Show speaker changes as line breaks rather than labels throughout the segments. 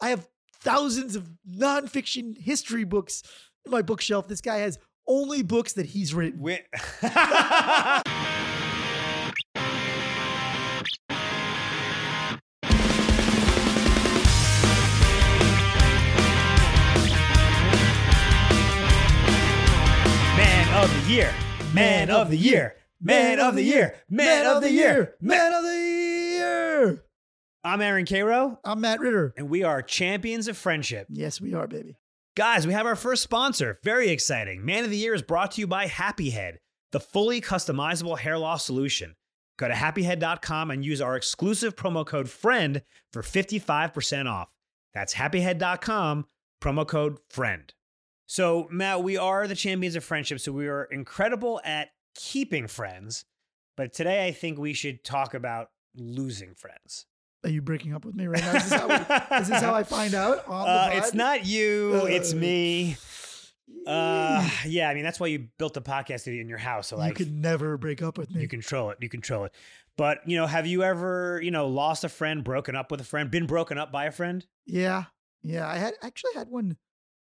I have thousands of nonfiction history books in my bookshelf. This guy has only books that he's written.
When- Man of the year. Man of the year. Man of the year. Man of the year.
Man of the year.
I'm Aaron Cairo,
I'm Matt Ritter.
and we are champions of friendship.
Yes, we are, baby.
Guys, we have our first sponsor. Very exciting. Man of the Year is brought to you by Happy Head, the fully customizable hair loss solution. Go to happyhead.com and use our exclusive promo code FRIEND for 55% off. That's happyhead.com, promo code FRIEND. So, Matt, we are the champions of friendship, so we are incredible at keeping friends. But today, I think we should talk about losing friends.
Are you breaking up with me right now? Is this how, we, is this how I find out? On the
Uh,
pod?
it's not you, it's
Uh,
me. Uh, yeah, I mean that's why you built the podcast studio in your house, so
you
like you,
could never break up with me.
control it, you control it. But you know, have you ever you know lost a friend, broken up with a friend, been broken up by a friend?
Yeah. Yeah. I had actually had one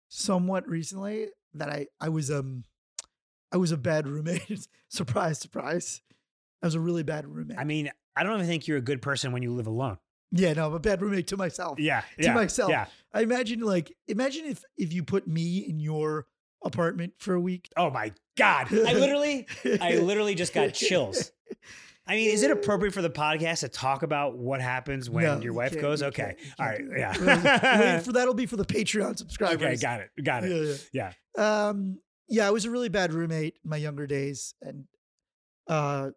somewhat recently that I, I was um I was a bad roommate. surprise, surprise. I was a really bad roommate.
I mean, I don't even think you're a good person when you live alone.
yeah, no, I'm a bad roommate to myself.
Yeah,
To myself.
Yeah.
I imagine like imagine if if you put me in your apartment for a week.
Oh my god, I literally, I literally just got chills. I mean, is it appropriate for the podcast to talk about what happens when
No,
your
you
wife
can't-
goes?
you
Okay,
can't- you
all
can't
right,
do that. Wait
yeah.
for that'll be for the Patreon subscribers.
okay, got it, got it.
Yeah. yeah. Um, yeah, I was a really bad roommate in my younger days, and uh,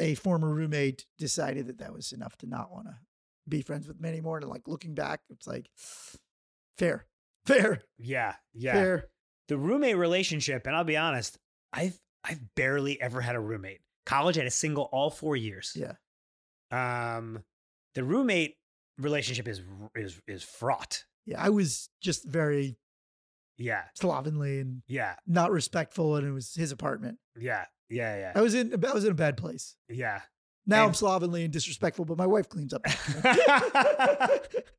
a former roommate decided that that was enough to not want to be friends with me anymore. And like looking back, it's like fair, fair,
Yeah, yeah.
fair.
the roommate relationship, and I'll be honest, I've I've barely ever had a roommate. College I had a single all four years.
Yeah.
Um, the roommate relationship is is is fraught.
Yeah, I was just very
Yeah,
slovenly and
yeah,
not respectful, and it was his apartment.
yeah, yeah,
I was in, I was in a bad place.
yeah,
Now I'm
And-
slovenly and disrespectful, but my wife cleans up.
yeah.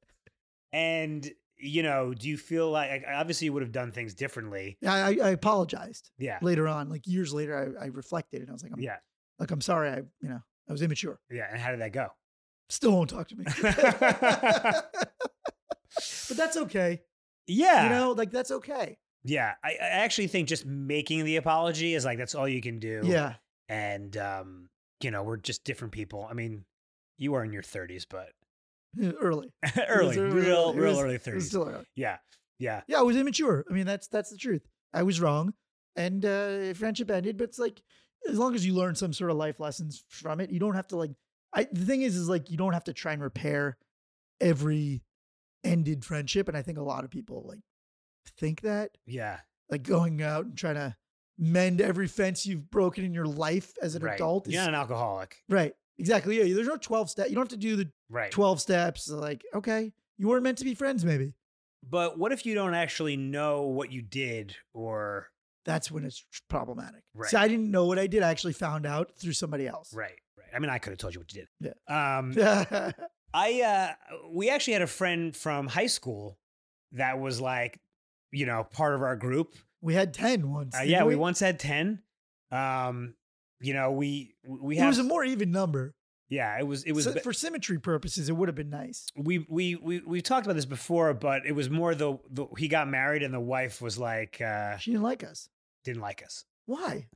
and you know, do you feel like I- obviously you would have done things differently?
I, I apologized
Yeah,
later on, like years later. I, I reflected and I was like, I'm,
yeah,
like I'm sorry, I you know I was immature.
yeah. And how did that go?
Still won't talk to me. but that's okay.
Yeah,
You know, like that's okay.
yeah. I, I actually think just making the apology is like that's all you can do.
Yeah,
and um, you know, we're just different people. I mean, you are in your 30s, but
early, early,
early, real,
early. It
real
was-
early
It was
30s.
still early.
yeah, yeah,
Yeah, I was immature. I mean, that's that's the truth. I was wrong, and uh, friendship ended. But it's like as long as you learn some sort of life lessons from it, you don't have to like. I the thing is, is like you don't have to try and repair every ended friendship. And I think a lot of people like think that
yeah,
like going out and trying to mend every fence you've broken in your life as an
right.
adult. Is,
You're not an alcoholic,
Right. Exactly. Yeah. There's no 12 step. You don't have to do the
right?
12 steps. Like, okay, you weren't meant to be friends, maybe.
But what if you don't actually know what you did, or
That's when it's tr- problematic.
Right.
So I didn't know what I did. I actually found out through somebody else.
right? Right. I mean, I could have told you what you did. Yeah. Um,
Right.
I uh we actually had a friend from high school that was like, you know, part of our group.
we had 10 once.
Uh,
didn't
yeah, we once had 10. Um, you know, we we
it
have
was a more even number.
yeah, it was it was
So
ba-
for symmetry purposes, it would have been nice.
we we we we talked about this before, but it was more the, the he got married and the wife was like uh,
She didn't like us.
didn't like us.
Why?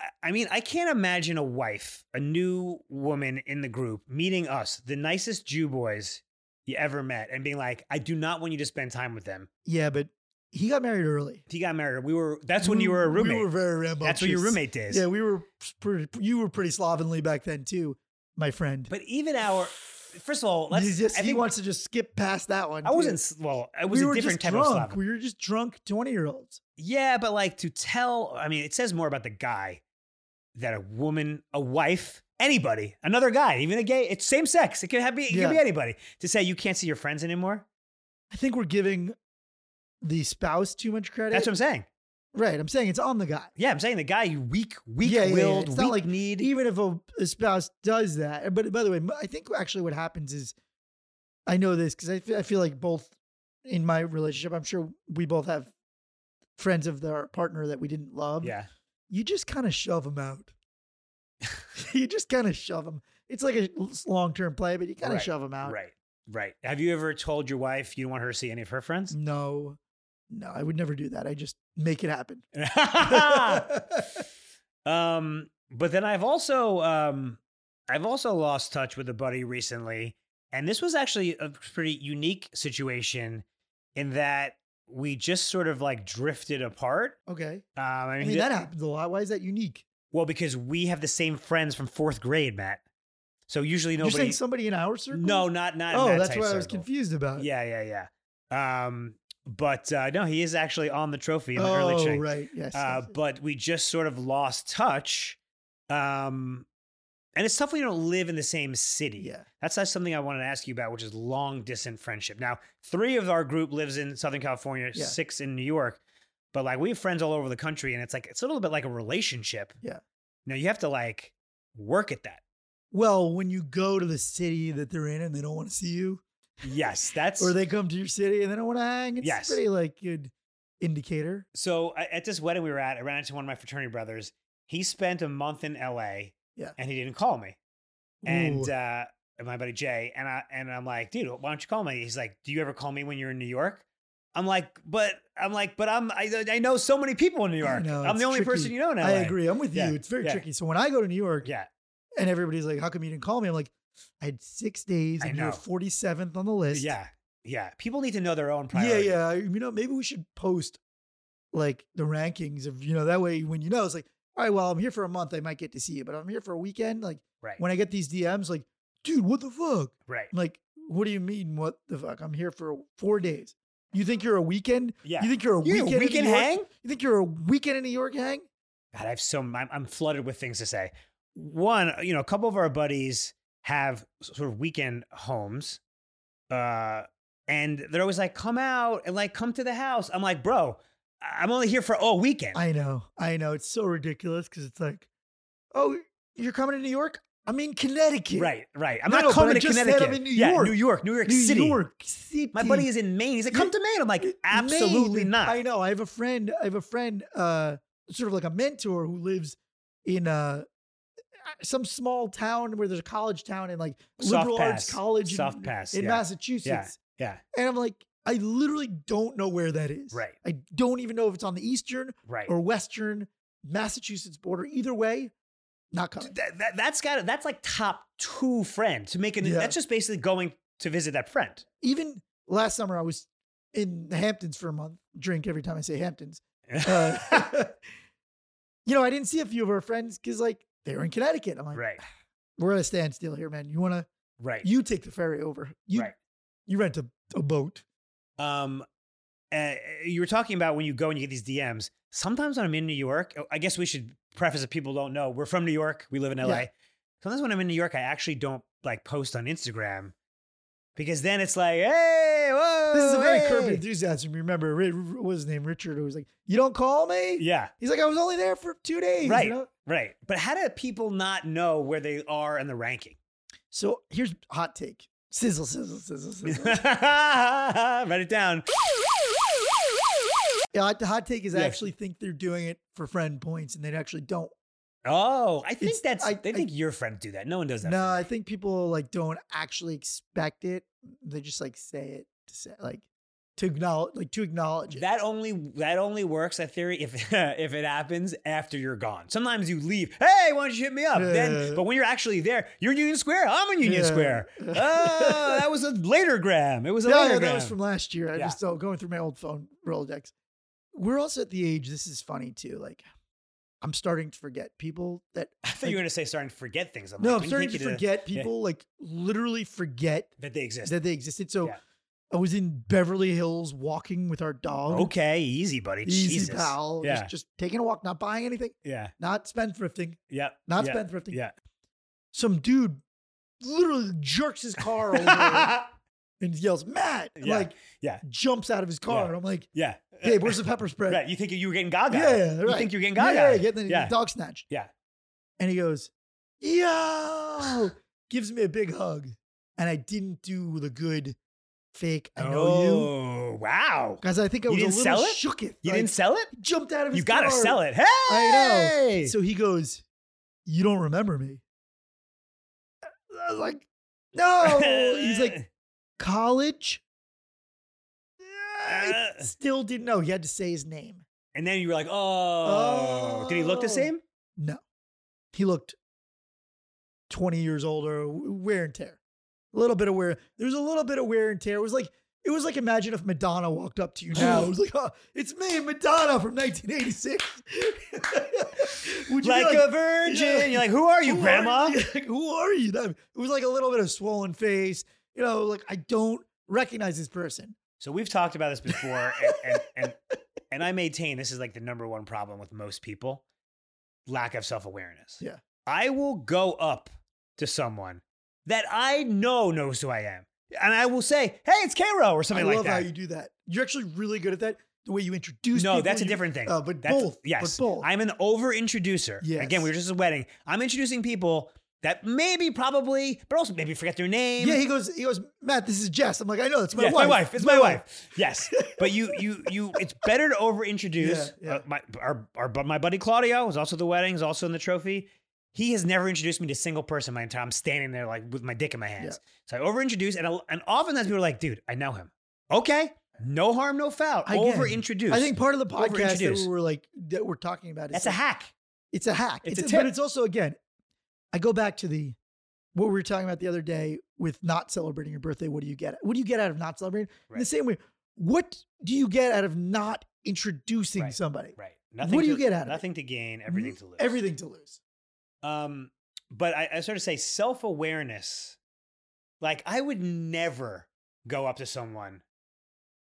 I, I mean, I can't imagine a wife, a new woman in the group, meeting us, the nicest Jew boys you ever met, and being like, "I do not want you to spend time with them."
Yeah, but he got married early.
He got married. We were that's when you
We-
were a
We
roommate.
were very rambunctious.
that's what your roommate days.
Yeah, we were pretty, you were pretty slovenly back then too, my friend.
But even our first of all, let's.
He just-
I
he
think
wants to just skip past that one.
I
too.
wasn't s- well. It was
we
a
were
different
just
type
drunk.
of Slavic.
We were just drunk twenty year olds.
Yeah, but like to tell, I mean, it says more about the guy that a woman, a wife, anybody, another guy, even a gay, it's same sex. It can have be, it
Yeah.
can be anybody. To say you can't see your friends anymore,
I think we're giving the spouse too much credit.
that's what I'm saying.
right. I'm saying it's on the guy.
Yeah, I'm saying the guy you weak, weak
Yeah, yeah, yeah.
willed,
It's
weak
not like-
need.
Even if a, a spouse does that, but by the way, I think actually what happens is, I know this because I fe- I feel like both in my relationship, I'm sure we both have friends of their partner that we didn't love.
Yeah.
You just kind of shove them out. you just kind of shove them. It's like a long term play, but you kind of
Right,
shove them out.
Right. Right. Have you ever told your wife you don't want her to see any of her friends?
No, no, I would never do that. I just make it happen.
um, but then I've also um, I've also lost touch with a buddy recently, and this was actually a pretty unique situation in that we just sort of like drifted apart.
okay.
Um, I
I
mean,
mean,
th-
that happens a lot. Why is that unique?
well, because we have the same friends from fourth grade, Matt. So usually
You're saying
nobody.
somebody in our circle?
No, not not. in
Oh,
that
that's
type
what I was
circle.
confused about.
Yeah, yeah, yeah. Um, but uh, no, he is actually on the trophy in the early
Oh,
chain.
right. Yes.
Uh,
yes, yes.
but we just sort of lost touch. Um, and it's tough when you don't live in the same city.
yeah.
That's not something I wanted to ask you about, which is long distance friendship. Now, three of our group lives in Southern California,
Yeah.
six in New York, but like we have friends all over the country, and it's like it's a little bit like a relationship.
Yeah.
Now you have to like work at that.
Well, when you go to the city that they're in and they don't want to see you,
Yes, that's
or they come to your city and they don't want to hang, it's
Yes.
pretty like good indicator.
So I- at this wedding we were at, I ran into one of my fraternity brothers. He spent a month in LA,
Yeah.
and he didn't call me. And
Ooh.
uh, my buddy Jay and I and I'm like, dude, why don't you call me? He's like, do you ever call me when you're in New York? I'm like, but I'm like, but I'm I, I know so many people in New
I
York.
know,
I'm
it's
the only person
tricky.
you know in LA.
I agree. I'm with
Yeah,
you. It's very
yeah.
tricky. So when I go to New York
Yeah,
and everybody's like, "How come you didn't call me?" I'm like, "I had six days
I
and you're
know.
47th on the list."
yeah, yeah. People need to know their own
yeah,
priorities.
yeah. You know, maybe we should post like the rankings of you know that way when you know it's like, all right, well, I'm here for a month, I might get to see you, but I'm here for a weekend. Like
Right,
when I get these DMs, like, dude, what the fuck?
right.
I'm like, what do you mean? What the fuck? I'm here for four days. You think you're a weekend?
Yeah.
You think you're a
You
weekend? in
weekend
New York?
hang?
You think you're a weekend in New York hang?
God, I have so I'm, I'm flooded with things to say. One, uh, you know, a couple of our buddies have sort of weekend homes, uh, and they're always like, "Come out and like come to the house." I'm like, "Bro, I- I'm only here for all weekend."
I know, I know. It's so ridiculous because it's like, oh, you're coming to New York? I'm in Connecticut,
right, right. I'm
No,
not
no, but
coming
I
to
just said
Connecticut.
I'm in New
Yeah,
York.
New York, New York
New
City.
York City.
My buddy is in Maine. He's like, "Come to Maine." I'm like, "Absolutely
Maine.
not."
I know. I have a friend. I have a friend, uh, sort of like a mentor who lives in uh, some small town where there's a college town and like
Soft
liberal arts
pass.
college in,
Soft pass,
in
yeah.
Massachusetts.
Yeah,
And I'm like, I literally don't know where that is.
Right.
I don't even know if it's on the eastern
right.
or western Massachusetts border. Either way, not coming.
that, that, that's got that's like top two friend to make an.
Yeah.
That's just basically going to visit that friend.
Even last summer, I was in the Hamptons for a month. Drink every time I say Hamptons. Uh, you know, I didn't see a few of our friends because like they were in Connecticut. I'm like,
right,
we're at a standstill here, man. You wanna
right.
you take the ferry over. You
Right.
you rent a, a boat.
Um, uh, you were talking about when you go and you get these DMs. Sometimes when I'm in New York, oh, I guess we should preface if people don't know we're from New York. We live in LA.
Yeah.
Sometimes when I'm in New York, I actually don't like post on Instagram because then it's like, hey, whoa,
This is a very
Oh, hey.
Curb Your enthusiasm. Remember, Ri- what was his name? Richard. Who was like, you don't call me.
Yeah,
He's like, I was only there for two days. you
Right.
know?
right. But how do people not know where they are in the ranking?
So here's hot take. Sizzle, sizzle, sizzle, sizzle.
Write it down.
yeah, hot- the hot take is I
Yeah.
actually think they're doing it for friend points, and they actually don't.
Oh, I think
It's-
that's.
I-
they
I-
think your friends do that. No one does that.
No,
for me.
I think people like don't actually expect it. They just like say it to say like to acknowledge like to acknowledge it.
That only that only works that theory if if it happens after you're gone. Sometimes you leave. Hey, why don't you hit me up?
Yeah.
Then, but when you're actually there, you're in Union Square. I'm in Union
Yeah.
Square. Oh, that was a later gram. It was a
yeah,
later
yeah,
gram.
that was from last year. I
Yeah.
just oh, going through my old phone Rolodex. We're also at the age. This is funny too. Like I'm starting to forget people that
I thought you were gonna say starting to forget things. I'm
no,
like,
I'm
when
starting
you
to
think you did-
forget people like literally forget
that they exist.
that they existed. So
Yeah.
I was in Beverly Hills walking with our dog.
okay, easy, buddy.
Easy
Jesus.
pal.
Yeah,
Just, just taking a walk, not buying anything,
yeah,
not spendthrifting,
yeah.
not
yeah,
spendthrifting.
Yeah.
some dude literally jerks his car over and yells, Matt, and
Yeah,
like
yeah.
jumps out of his car.
Yeah.
And I'm like,
yeah.
hey, where's the pepper spray?
Right. You think you were getting gaga?
Yeah, yeah,
You
right.
think you're getting
Yeah,
gaga?
yeah, get the
Yeah.
dog snatch.
Yeah.
And he goes, yo, gives me a big hug. And I didn't do the good fake. I know you.
oh, wow.
Because I think I
You
was a
didn't
little
sell it?
shooketh.
You
like,
didn't sell it?
jumped out of his
You got to
car.
sell it. Hey!
I So he goes, You don't remember me. I was like, No. He's like, College? I
Uh.
still didn't know. He had to say his name.
and then you were like, oh. Did he look the
Oh.
same?
No. He looked 20 years older, w- wear and tear. A little bit of wear. There's a little bit of wear and tear. It was like, it was like imagine if Madonna walked up to you now. It was like, oh, it's me, Madonna from 1986. Would be
Like, uh, a virgin.
Yeah.
You're like, who are you,
Who are
grandma?
you? Like, who are you? That- It was like a little bit of swollen face. You know, like I don't recognize this person.
So we've talked about this before, and, and, and, and I maintain this is like the number one problem with most people lack of self awareness.
Yeah.
I will go up to someone that I know knows who I am, and I will say, hey, it's Cairo, or something
I
like
love
that.
how you do that. You're actually really good at that. The way you introduce.
no,
people,
that's a
you-
different thing.
Uh, but
That's-
both.
Yes.
But both.
I'm an over introducer. Again,
Yes.
we were just at a wedding. I'm introducing people that maybe, probably, but also maybe forget their name.
yeah, he goes. He goes. Matt, this is Jess. I'm like, I know. It's my
Yeah,
wife.
It's my wife. Yes, but you, you, you. It's better to over introduce.
Yeah, yeah.
Uh, my our, our bu- my buddy Claudio is also at the wedding. Is also in the trophy. He has never introduced me to a single person my entire. I'm standing there like with my dick in my hands. So I over introduce, and I'll- and oftentimes people are like, "Dude, I know him. Okay, no harm, no foul.
Again,
Over introduce.
I think part of the podcast that
Overintroduce.
we were like that we're talking about is
that's a
like,
hack.
It's a hack.
It's
It's,
a
but
tip.
it's also again, I go back to the what we were talking about the other day with not celebrating your birthday. What do you get? What do you get out of not celebrating? In the
Right.
same way, what do you get out of not introducing
Right.
somebody?
Right.
What do
to-
you get out of it? Mm-hmm.
Nothing to gain, everything to lose.
Everything to lose.
Um, but I, I sort of say self awareness. Like I would never go up to someone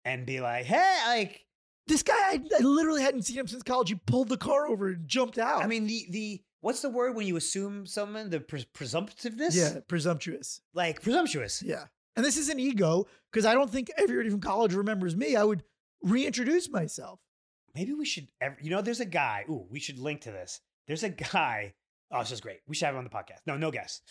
and be like, "Hey, like."
This guy, I, I literally hadn't seen him since college. He pulled the car over and jumped out.
I mean, the the what's the word when you assume someone the pres- presumptiveness?
yeah, presumptuous.
like presumptuous.
Yeah. And this is an ego because I don't think everybody from college remembers me. I would reintroduce myself.
Maybe we should. Ever, you know, there's a guy. Ooh, we should link to this. There's a guy. Oh, this is great. We should have him on the podcast. No, no guess.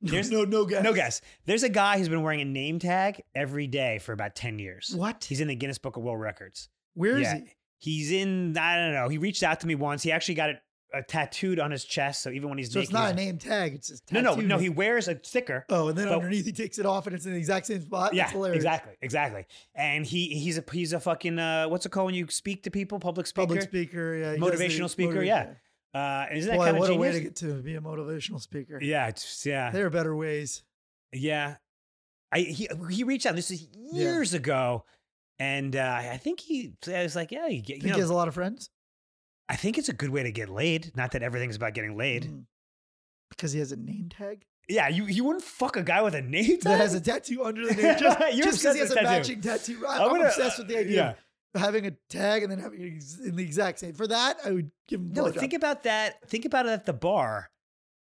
There's-
There's no no guess.
No guess. There's a guy who's been wearing a name tag every day for about ten years.
What?
He's in the Guinness Book of World Records.
Where is
Yeah.
he?
He's in. I don't know. He reached out to me once. He actually got it uh, tattooed on his chest. So even when he's
So
naked,
it's not
he's-
a name tag. It's just
No, no,
tattoo
no.
name.
He wears a sticker.
Oh, and then
But-
underneath he takes it off and it's in the exact same spot.
yeah,
That's hilarious.
exactly, exactly. And he he's a he's a fucking uh, what's it called when you speak to people, public speaker.
Public speaker, yeah, he does the
Motivational speaker,
motiva-
yeah. uh, and isn't that
Boy,
kind of
what a way
genius?
to get to be a motivational speaker.
yeah, it's, yeah,
There are better ways.
yeah. I he he reached out. This is years ago, and uh, I think he I was like, yeah, you get.
Think
You
he
know,
has a lot of friends
I think it's a good way to get laid. Not that everything's about getting laid.
Mm. because he has a name tag
Yeah, you you wouldn't fuck a guy with a name
that
tag.
has a tattoo under the name. Just
You're
just because
obsessed
he has a
with tattoo.
matching tattoo. I- I'm,
I'm gonna- uh,
obsessed with the idea of having a tag and then having it ex- in the exact same. For that, I would give him.
No,
blowjob.
think about that. Think about it at the bar.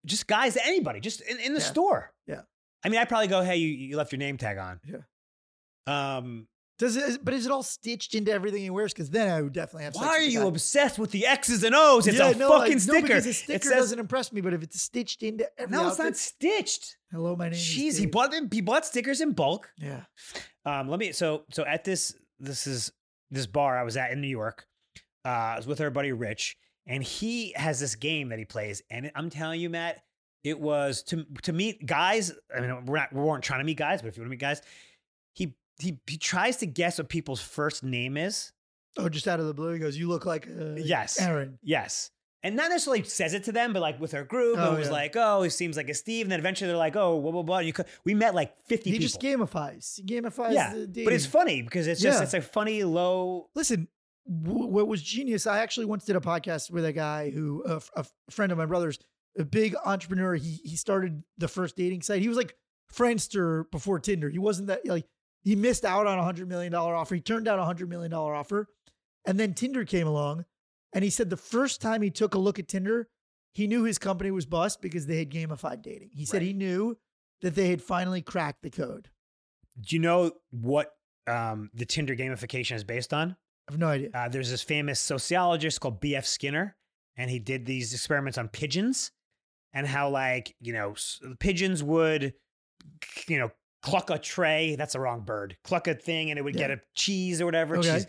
Just guys, anybody, just in, in the
Yeah.
store.
Yeah.
I mean, I probably go, hey, you, you left your name tag on.
Yeah.
Um,
Does it? But is it all stitched into everything he wears? Because then I would definitely have.
why
sex
are
with the
you
guy.
obsessed with the X's and O's? Oh, It's
yeah,
a
no, I-
fucking
No,
sticker.
because a
It
sticker
says-
doesn't impress me. But if it's stitched into every
no, it's
outfit,
not stitched.
Hello, my name
Jeez,
is.
he
Dave.
bought them- he bought stickers in bulk.
Yeah.
Um, let me so so at this this is this bar I was at in New York. Uh, I was with our buddy Rich, and he has this game that he plays. And I'm telling you, Matt, it was to to meet guys. I mean, we're not, we weren't trying to meet guys, but if you want to meet guys, he he he tries to guess what people's first name is.
Oh, just out of the blue, he goes, "You look like uh,
Yes.
Aaron."
Yes. And not necessarily says it to them, but like with our group,
Oh,
it was
yeah. like,
like, oh, he seems like a Steve. And then eventually they're like, oh, blah, blah, blah. You could, we met like 50
He
people.
just gamifies. He gamifies
Yeah,
the dating.
but it's funny because it's just,
Yeah.
it's a funny, low.
Listen, w- what was genius? I actually once did a podcast with a guy who, a f- a f- friend of my brother's, a big entrepreneur. He he started the first dating site. He was like Friendster before Tinder. He wasn't that like he missed out on a hundred million dollar offer. He turned down a hundred million dollar offer, and then Tinder came along, and he said the first time he took a look at Tinder, he knew his company was bust because they had gamified dating. He said
Right.
he knew that they had finally cracked the code.
Do you know what um, the Tinder gamification is based on?
I have no idea.
Uh, there's this famous sociologist called B.F. Skinner, and he did these experiments on pigeons and how, like, you know, s- pigeons would, you know, cluck a tray. That's a wrong bird. Cluck a thing, and it would get a cheese or whatever.
Okay.
Cheese.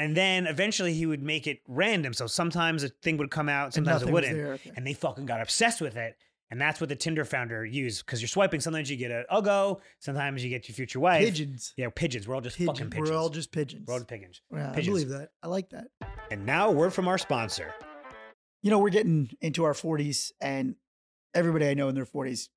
And then eventually he would make it random. So sometimes a thing would come out, sometimes it
nothing was
wouldn't.
there. Okay.
And they fucking got obsessed with it. And that's what the Tinder founder used because you're swiping. Sometimes you get a Uggo. Sometimes you get your future wife.
Pigeons.
Yeah, pigeons. We're all just fucking
Pigeons.
pigeons.
We're all just pigeons.
We're all pigeins.
Yeah, I
pigeons.
believe that. I like that.
And now a word from our sponsor.
you know, we're getting into our 40s, and everybody I know in their 40s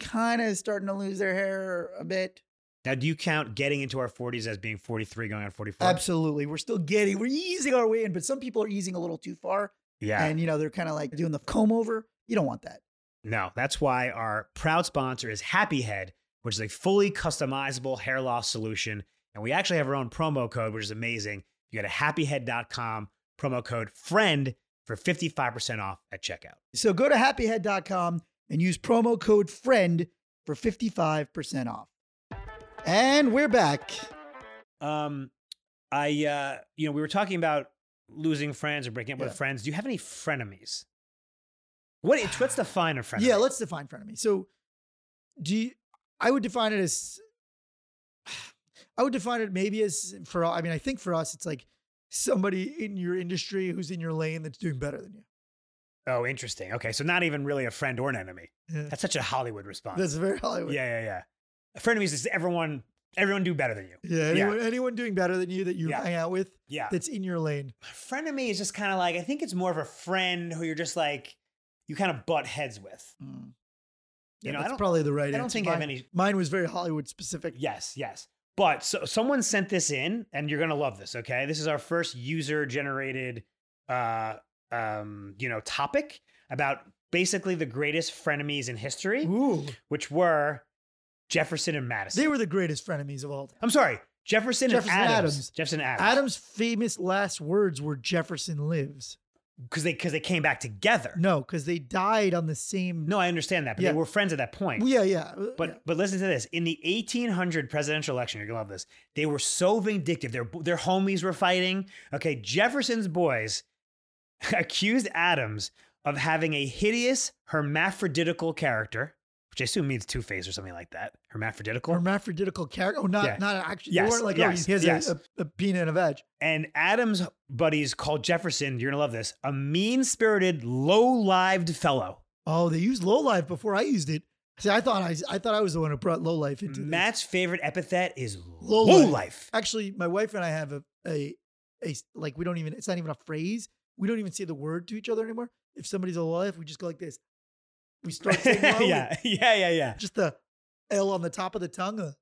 kind of starting to lose their hair a bit.
Now, do you count getting into our 40s as being 43 going on 44?
Absolutely. We're still getting, we're easing our way in, but some people are easing a little too far.
Yeah.
And, you know, they're kind of like doing the comb over. You don't want that.
No, that's why our proud sponsor is Happy Head, which is a fully customizable hair loss solution. And we actually have our own promo code, which is amazing. You go to happyhead.com, promo code FRIEND for 55% off at checkout.
So go to happyhead.com and use promo code FRIEND for 55% off. And we're back.
Um, I, uh, you know, we were talking about losing friends or breaking up
Yeah.
with friends. Do you have any frenemies? What, what's the fine of frenemy?
Yeah, let's define frenemy. So, do you, I would define it as I would define it maybe as for I mean I think for us it's like somebody in your industry who's in your lane that's doing better than you.
Oh, interesting. Okay, so not even really a friend or an enemy.
Yeah.
That's such a Hollywood response.
That's very Hollywood.
yeah, yeah, yeah. A frenemies is everyone. Everyone do better than you.
Yeah, anyone, anyone doing better than you that you
Yeah.
hang out with
Yeah.
that's in your lane.
frenemy is just kind of like I think it's more of a friend who you're just like you kind of butt heads with.
Hmm. Yeah,
You know, I
that's
don't-
probably the right
I don't
answer.
think I
mine,
have any-
Mine was very Hollywood specific.
Yes, yes. But so someone sent this in, and you're gonna love this. Okay, this is our first user generated, uh, um, you know, topic about basically the greatest frenemies in history,
Ooh,
which were Jefferson and Madison.
they were the greatest frenemies of all time.
I'm sorry, Jefferson,
Jefferson
and Adams.
Adams.
Jefferson and Adams.
Adam's famous last words were "Jefferson lives."
because they because they came back together. No,
No, because they died on the same.
I understand that, but
Yeah.
they were friends at that point.
Yeah, yeah.
but but listen to this: in the 1800 presidential election, you're gonna love this. They were so vindictive. Their their homies were fighting. Okay, Jefferson's boys accused Adams of having a hideous hermaphroditical character, which I assume means two faced or something like that. Hermaphroditical.
hermaphroditical character. Oh, not
Yeah.
not actually.
Yes,
They weren't like,
yes,
oh, he has
yes.
a, a, a peanut and a veg.
and Adams' buddies called Jefferson. You're gonna love this: a mean spirited, low lived fellow.
Oh, they used low life before I used it. See, I thought I I thought I was the one who brought low life into this.
Matt's favorite epithet is low,
Low
life.
Actually, my wife and I have a, a a s- like we don't even it's not even a phrase. We don't even say the word to each other anymore. If somebody's low life, we just go like this. We start saying low. with
yeah, yeah, yeah, yeah.
Just the L on the top of the tongue. uh,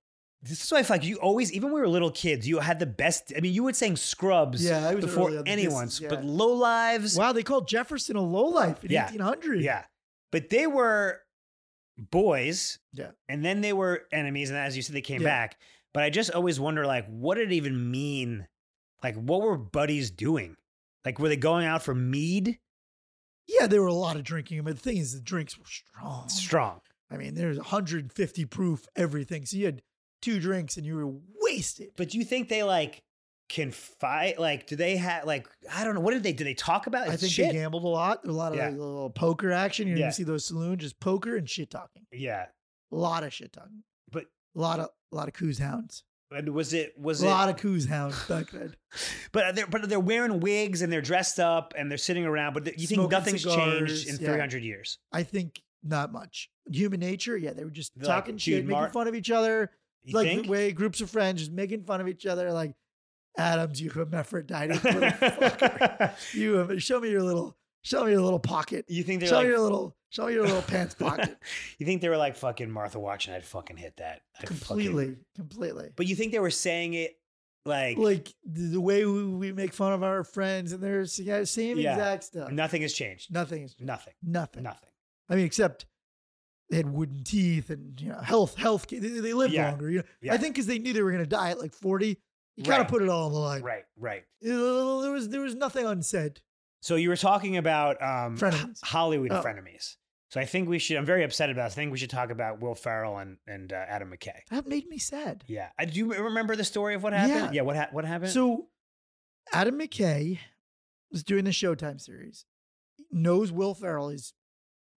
This is why I feel like you always, even when we were little kids, you had the best. I mean, you would saying scrubs
yeah, I was
before
early on the
anyone,
business,
but
yeah.
low lives.
wow, they called Jefferson a low life in
Yeah,
1800.
Yeah. But they were boys.
Yeah.
And then they were enemies. And as you said, they came
Yeah.
back. But I just always wonder, like, what did it even mean? Like, what were buddies doing? Like, were they going out for mead?
yeah, there were a lot of drinking, but the thing is, the drinks were strong.
Strong.
I mean, there's 150 proof everything. So you had two drinks and you were wasted.
But do you think they, like, confide? Like, do they have, like, I don't know. What did they, did they talk about?
I
It's
think
shit.
they gambled a lot. A lot of
Yeah.
like, little poker action. You know,
Yeah.
you see those saloons, just poker and shit talking.
yeah.
A lot of shit talking.
But-
a lot of a lot of coos hounds.
And was it, was
a
it,
lot of coos hounds back then.
But they're but they're wearing wigs and they're dressed up and they're sitting around. But you think
Smoking
nothing's changed
cigars,
in
yeah.
300 years?
I think not much. Human nature, yeah, they were just
Like
talking
Jude
shit,
Mar-
making fun of each other.
You
like
think?
the way groups of friends just making fun of each other. Like Adams, you hermaphrodite, little fucker. You have- show me your little show me your little pocket.
you think
Show
they're
me your
like,
little show me your little pants pocket.
you think they were like fucking Martha Watch and I'd fucking hit that I'd fucking-"
Completely. Completely.
but you think they were saying it like,
Like the the way we, we make fun of our friends and they're same
Yeah.
exact stuff.
nothing has changed,
Nothing is
nothing,
nothing.
nothing.
I mean, except they had wooden teeth and you know health health. They, they lived
Yeah.
longer. You know?
Yeah.
I think because they knew they were going to die at like forty. You kind
Right.
of put it all on the line.
Right, right.
Uh, There was there was nothing unsaid.
So you were talking about um,
Frenemies.
H- Hollywood
Oh.
frenemies. So I think we should. I'm very upset about. This. I think we should talk about Will Ferrell and and uh, Adam McKay.
That made me sad.
Yeah. I, do you remember the story of what happened?
Yeah.
what ha- what happened?
So Adam McKay was doing the Showtime series. Knows Will Ferrell is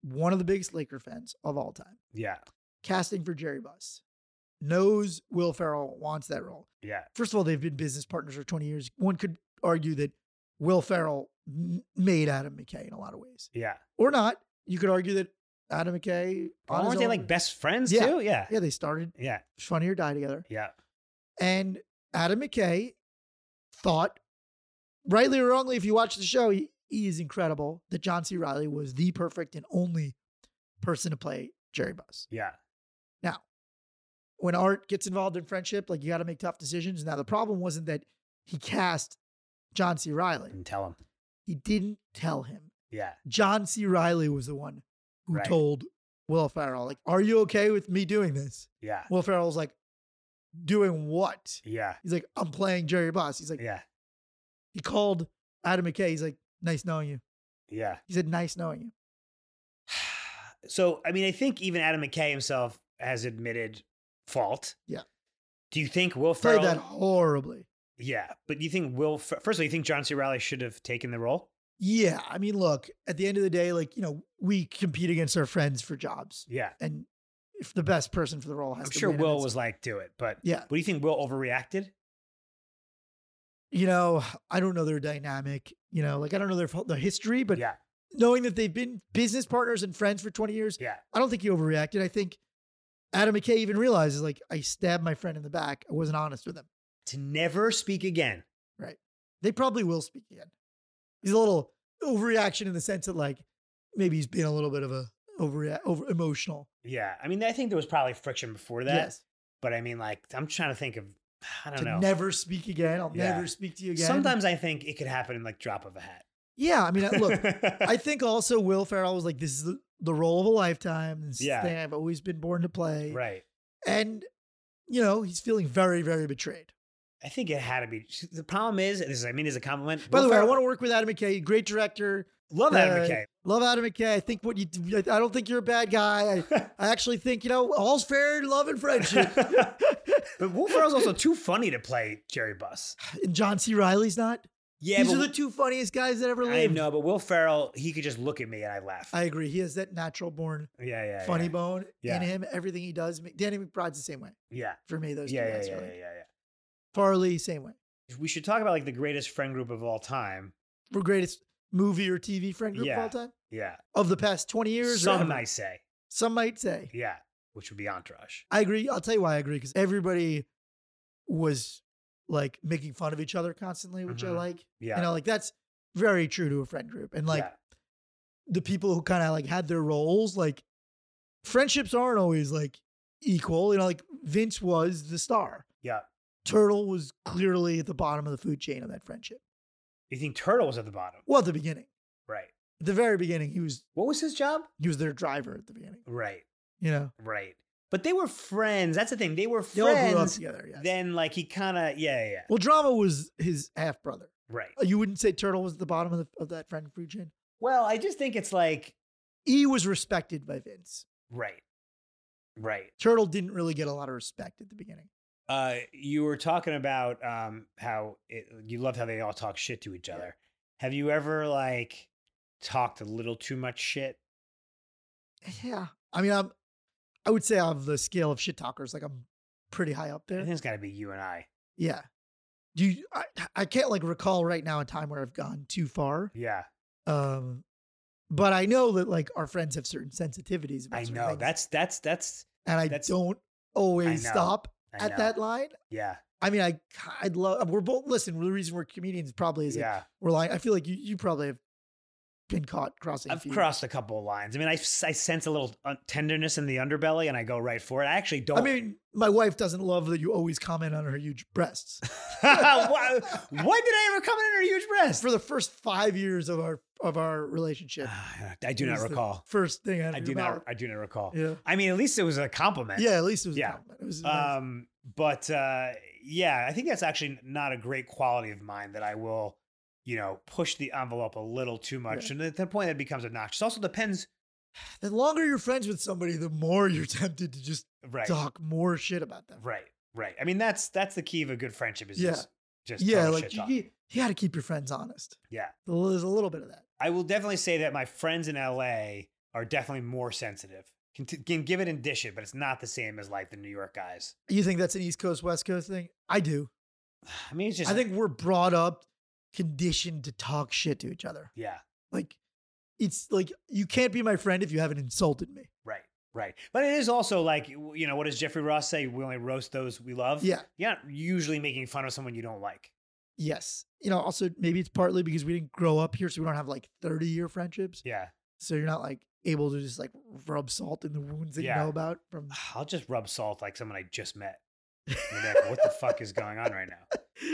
one of the biggest Laker fans of all time.
yeah.
Casting for Jerry Buss. knows Will Ferrell wants that role.
Yeah.
First of all, they've been business partners for 20 years. One could argue that Will Ferrell m- made Adam McKay in a lot of ways,
Yeah.
or not. You could argue that Adam McKay. on
Aren't
his
they
own-
like best friends
Yeah.
too? Yeah.
Yeah, they started
Yeah.
Funny or Die together.
Yeah.
And Adam McKay thought, rightly or wrongly, if you watch the show, he, he is incredible, that John C. Riley was the perfect and only person to play Jerry Buss.
Yeah.
When art gets involved in friendship, like you got to make tough decisions. Now, the problem wasn't that he cast John C. Riley,
And tell him.
he didn't tell him.
Yeah.
John C. Riley was the one who
Right.
told Will Farrell, like, are you okay with me doing this?
Yeah.
Will Farrell's like, doing what?
Yeah.
He's like, I'm playing Jerry Buss. He's like,
Yeah.
he called Adam McKay. He's like, nice knowing you.
Yeah.
He said, nice knowing you.
So, I mean, I think even Adam McKay himself has admitted fault.
Yeah.
Do you think Will
Played
Ferrell?
that horribly.
Yeah, but you think Will? Fer- First of all, you think John C. Riley should have taken the role?
Yeah. I mean, look, at the end of the day, like, you know, we compete against our friends for jobs.
Yeah,
And if the best person for the role has
I'm
to
sure
win, and
Will
it's-
was like, "Do it," but
Yeah.
What do you think? Will overreacted?
You know, I don't know their dynamic, you know, like I don't know their, their history, but
yeah,
knowing that they've been business partners and friends for 20 years,
yeah,
I don't think he overreacted. I think Adam McKay even realizes, like, I stabbed my friend in the back. I wasn't honest with him.
to never speak again.
they probably will speak again. He's a little overreaction in the sense that like maybe he's been a little bit of a overrea- over emotional.
Yeah, I mean, I think there was probably friction before that,
yes,
but I mean, like, I'm trying to think of, I don't
to
know.
never speak again. I'll
Yeah.
never speak to you again.
Sometimes I think it could happen in like drop of a hat.
yeah. I mean, I- Uh, look, I think also Will Ferrell was like, this is the, the role of a lifetime. This is
Yeah.
the thing I've always been born to play.
right.
And you know, he's feeling very, very betrayed.
I think it had to be. The problem is, this is, I mean, is a compliment.
By
Will
the way, I
Ferrell-
want to work with Adam McKay. Great director.
love Adam
uh,
McKay.
Love Adam McKay. I think what you, I don't think you're a bad guy. I, I actually think, you know, all's fair in love and friendship.
but Will Ferrell's also too funny to play Jerry Buss.
and John C. Riley's not.
Yeah,
These
but
are the two funniest guys that ever
I
lived.
know, but Will Ferrell, he could just look at me and I laugh.
I agree. He has that natural born
yeah, yeah,
funny
yeah.
bone
Yeah.
in him. Everything he does, Ma- Danny McBride's the same way
yeah,
for me. Those
yeah,
two
yeah,
guys,
yeah, yeah,
really.
yeah, yeah.
Farley, same way.
We should talk about like the greatest friend group of all time.
For greatest movie or TV friend group
Yeah.
of all time
Yeah,
of the past twenty years. or ever.
some might say,
some might say.
yeah, which would be Entourage.
I agree. I'll tell you why I agree because everybody was like making fun of each other constantly, which I
Mhm.
like.
Yeah,
You know, like that's very true to a friend group, and like
yeah,
the people who kind of like had their roles, like friendships aren't always like equal. You know, like Vince was the star.
yeah.
Turtle was clearly at the bottom of the food chain of that friendship.
You think Turtle was at the bottom,
Well, at the beginning,
right?
at the very beginning, he was
What was his job?
he was their driver at the beginning.
Right,
You know,
right. But they were friends. That's the thing. They were
they all grew up
friends.
together. Yes.
Then, like, he kind of, yeah, yeah, yeah.
well, Drama was his half brother.
Right.
You wouldn't say Turtle was at the bottom of, the, of that friend food chain.
Well, I just think it's like
E was respected by Vince.
right, right.
Turtle didn't really get a lot of respect at the beginning.
Uh, you were talking about um how it, you love how they all talk shit to each other. Have you ever like talked a little too much shit?
Yeah, I mean, I'm, I would say on the scale of shit talkers, like I'm pretty high up
I
there.
think it's got to be you and I.
Yeah. Do you, I, I can't like recall right now a time where I've gone too far.
Yeah,
Um, but I know that like our friends have certain sensitivities. about
I
certain
know.
things,
That's that's that's.
and I
that's-
don't always
I know.
stop
I
at
know.
that line.
Yeah,
I mean, I I'd love. We're both listen. The reason we're comedians probably is like,
yeah.
we're lying. I feel like you you probably have been caught crossing. a
I've
few-
crossed a couple of lines. I mean, I, s- I sense a little uh, tenderness in the underbelly, and I go right for it. I actually don't.
I mean, my wife doesn't love that you always comment on her huge breasts.
Why- when did I ever come in under a huge breast?
For the first five years of our of our relationship,
I do
it
not
was the
recall.
First thing out of
I
your
do
mouth.
not. I do not recall.
Yeah.
I mean, at least it was a compliment.
Yeah, at least it was.
Yeah.
A compliment. It was nice.
Um, but uh, yeah, I think that's actually not a great quality of mine that I will, you know, push the envelope a little too much,
Yeah.
and at that point that becomes obnoxious. Also depends,
the longer you're friends with somebody, the more you're tempted to just
right?
talk more shit about them.
Right. Right. I mean, that's that's the key of a good friendship is
Yeah.
just just
Yeah,
total
like
shit
you,
talk.
you, got to keep your friends honest.
Yeah.
There's a little bit of that.
I will definitely say that my friends in LA are definitely more sensitive Can, t- can give it and dish it, but it's not the same as like the New York guys.
You think that's an East Coast West Coast thing? I do.
I mean, it's just
I think we're brought up, conditioned to talk shit to each other.
yeah,
Like, it's like you can't be my friend if you haven't insulted me.
right, right. But it is also like you know what does Jeffrey Ross say? We only roast those we love.
Yeah.
You're not usually making fun of someone you don't like.
Yes. You know, also maybe it's partly because we didn't grow up here, so we don't have like 30 year friendships.
Yeah,
So you're not like able to just like rub salt in the wounds that
Yeah.
you know about from
I'll just rub salt like someone I just met. You're like, what the fuck is going on right now?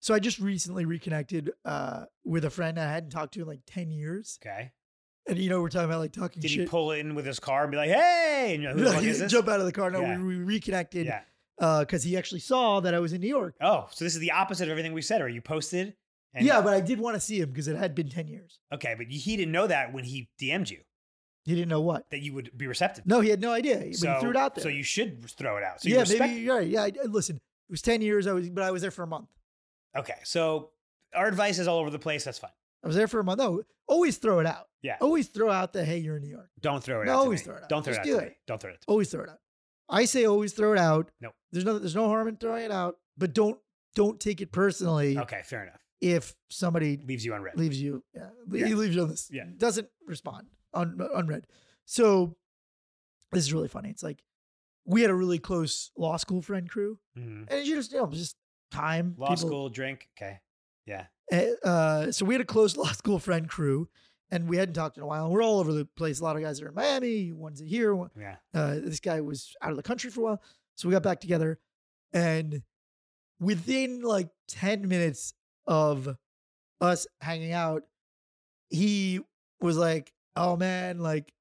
So I just recently reconnected uh, with a friend I hadn't talked to in like 10 years.
Okay.
And you know, we're talking about like talking
Did he
shit.
pull in with his car and be like, hey? And you're like, Who the fuck is this?
Jump out of the car. No,
Yeah.
we, we reconnected
Yeah.
because he actually saw that I was in New York.
Oh, so this is the opposite of everything we said. Are you posted? And
yeah, but I did want to see him because it had been 10 years.
okay, but he didn't know that when he DM'd you
He didn't know what.
that you would be receptive.
No, he had no idea. But
so
he threw it out there.
So you should throw it out. So you
yeah,
respect.
maybe you're right. Yeah, I, I- listen, it was 10 years, I was, but I was there for a month.
Okay, so our advice is all over the place. That's fine.
I was there for a month. No, always throw it out.
Yeah.
Always throw out the, hey, you're in New York.
Don't throw it
No,
out. to
always
me.
throw it out.
Don't throw
Just
it out.
do
to
it.
me. Don't throw it. out.
always throw it out. I say always throw it out.
No.
There's no there's no harm in throwing it out, but don't don't take it personally
to me. Okay, fair enough.
if somebody
Leaves you unread.
leaves you yeah, le-
Yeah.
leaves you on this
Yeah.
doesn't respond un, unread. So this is really funny. It's like we had a really close law school friend crew,
Mhm.
and you just you know just time
Law
people-
school drink. Okay. Yeah.
uh, so we had a close law school friend crew, and we hadn't talked in a while. We're all over the place. A lot of guys are in Miami. One's here. One,
Yeah.
uh, this guy was out of the country for a while. So we got back together, and within like 10 minutes of us hanging out, he was like, Oh man, like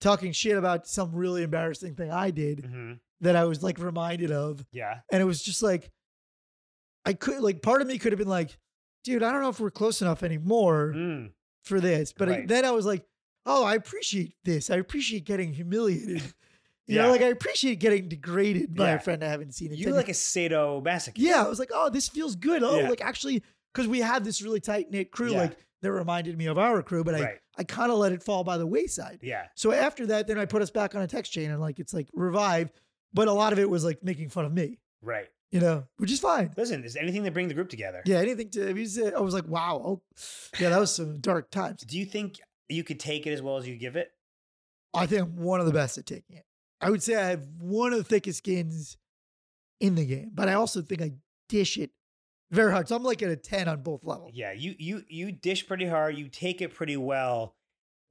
talking shit about some really embarrassing thing I did
hmm
that I was like reminded of.
Yeah.
And it was just like, I could, like, part of me could have been like, Dude, I don't know if we're close enough anymore
Mm.
for this. But I-
Right.
then I was like, oh, I appreciate this. I appreciate getting humiliated. You
Yeah.
know, like I appreciate getting degraded by
Yeah.
a friend I haven't seen. in
You
10
like a
years.
sadomasochist.
yeah, I was like, oh, this feels good. Oh,
Yeah.
like actually, because we had this really tight knit crew,
Yeah.
like that reminded me of our crew, but
Right.
I, I kind of let it fall by the wayside.
Yeah.
So after that, then I put us back on a text chain and like it's like revived, but a lot of it was like making fun of me,
Right.
you know, which is fine.
Listen, is anything that bring the group together?
Yeah, anything to, if you say- I was like, wow, oh, yeah, that was some dark times.
Do you think you could take it as well as you give it?
I think I'm one of the best at taking it. I would say I have one of the thickest skins in the game, but I also think I dish it very hard. So I'm like at a 10 on both levels.
Yeah, you you you dish pretty hard. You take it pretty well,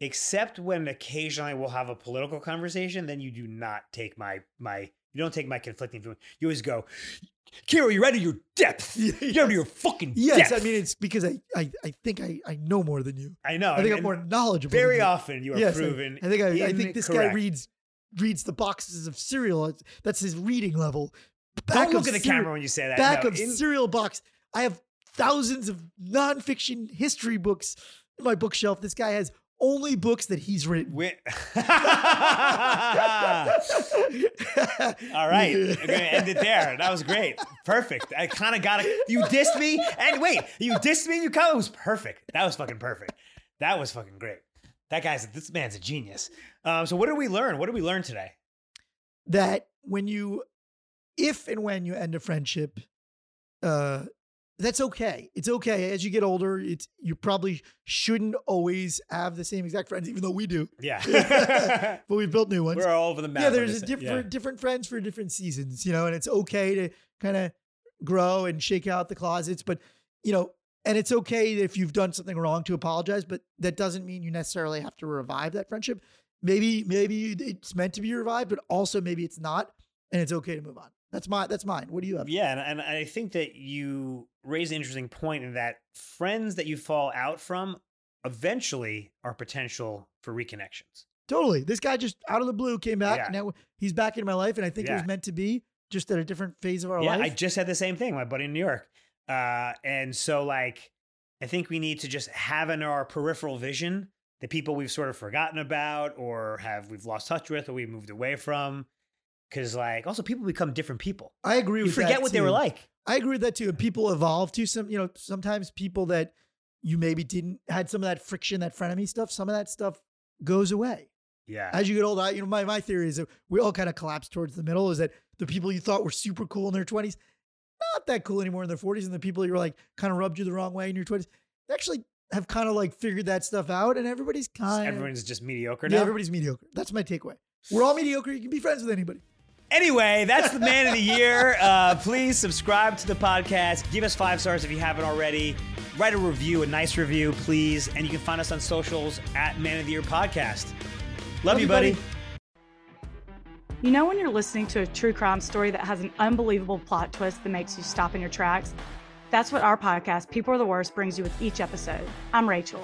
except when occasionally we'll have a political conversation. Then you do not take my my you don't take my conflicting feelings. You always go, Kira, you're out of your depth. You're out of your fucking
Yes,
depth.
I mean, it's because I, I, I think I, I know more than you.
I know.
I think
and-
I'm more
and
knowledgeable. than
Very
you.
often you are
Yes, I-
proven.
I think I, I think this guy
incorrect.
reads reads the boxes of cereal. It's- That's his reading level. Back
Don't
of
look at the
cere-
camera when you say that.
Back
No,
of
in-
cereal box. I have thousands of nonfiction history books in my bookshelf. This guy has only books that he's written.
wi- All right, we're gonna end it there. That was great, perfect. I kind of got it. You dissed me, and wait, you dissed me. And you kind of was perfect. That was fucking perfect. That was fucking great. That guy's this man's a genius. Um, so what did we learn? What did we learn today?
that when you, if and when you end a friendship, uh, that's okay. It's okay. As you get older, it's you probably shouldn't always have the same exact friends, even though we do.
Yeah,
But we've built new ones.
we're all over the map.
yeah,
on
there's
this
a
thing.
different different friends for different seasons, you know, and it's okay to kind of grow and shake out the closets, but you know, and it's okay if you've done something wrong to apologize, but that doesn't mean you necessarily have to revive that friendship. Maybe maybe it's meant to be revived, but also maybe it's not, and it's okay to move on. That's my that's mine. What do you have?
Yeah, and, and I think that you raise an interesting point in that friends that you fall out from eventually are potential for reconnections.
Totally. This guy just out of the blue came back,
Yeah.
and now he's back in my life, and I think it
Yeah.
was meant to be just at a different phase of our
yeah, I
life.
just had the same thing, my buddy in New York. Uh, and so, like, I think we need to just have in our peripheral vision the people we've sort of forgotten about or have we've lost touch with or we moved away from. Cause, like, also people become different people.
I, agree
You
with
forget
that
what they were
too.
like.
I agree with that too. And people evolve too. Some, you know, sometimes people that you maybe didn't had some of that friction, that frenemy stuff. Some of that stuff goes away.
Yeah.
As you get older, I- you know, my, my theory is that we all kind of collapse towards the middle is that the people you thought were super cool in their 20s, not that cool anymore in their 40s. And the people you were like kind of rubbed you the wrong way in your 20s, they actually have kind of like figured that stuff out and everybody's kind of.
Everyone's just mediocre
Yeah,
now.
everybody's mediocre. That's my takeaway. We're all mediocre. You can be friends with anybody.
Anyway, that's the man of the year. Uh, please subscribe to the podcast. Give us five stars if you haven't already. Write a review, a nice review, please. And you can find us on socials at Man of the Year Podcast. Love, you, buddy.
You know, when you're listening to a true crime story that has an unbelievable plot twist that makes you stop in your tracks? That's what our podcast, People Are the Worst, brings you with each episode. I'm Rachel.